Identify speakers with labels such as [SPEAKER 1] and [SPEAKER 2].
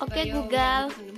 [SPEAKER 1] Oke Google.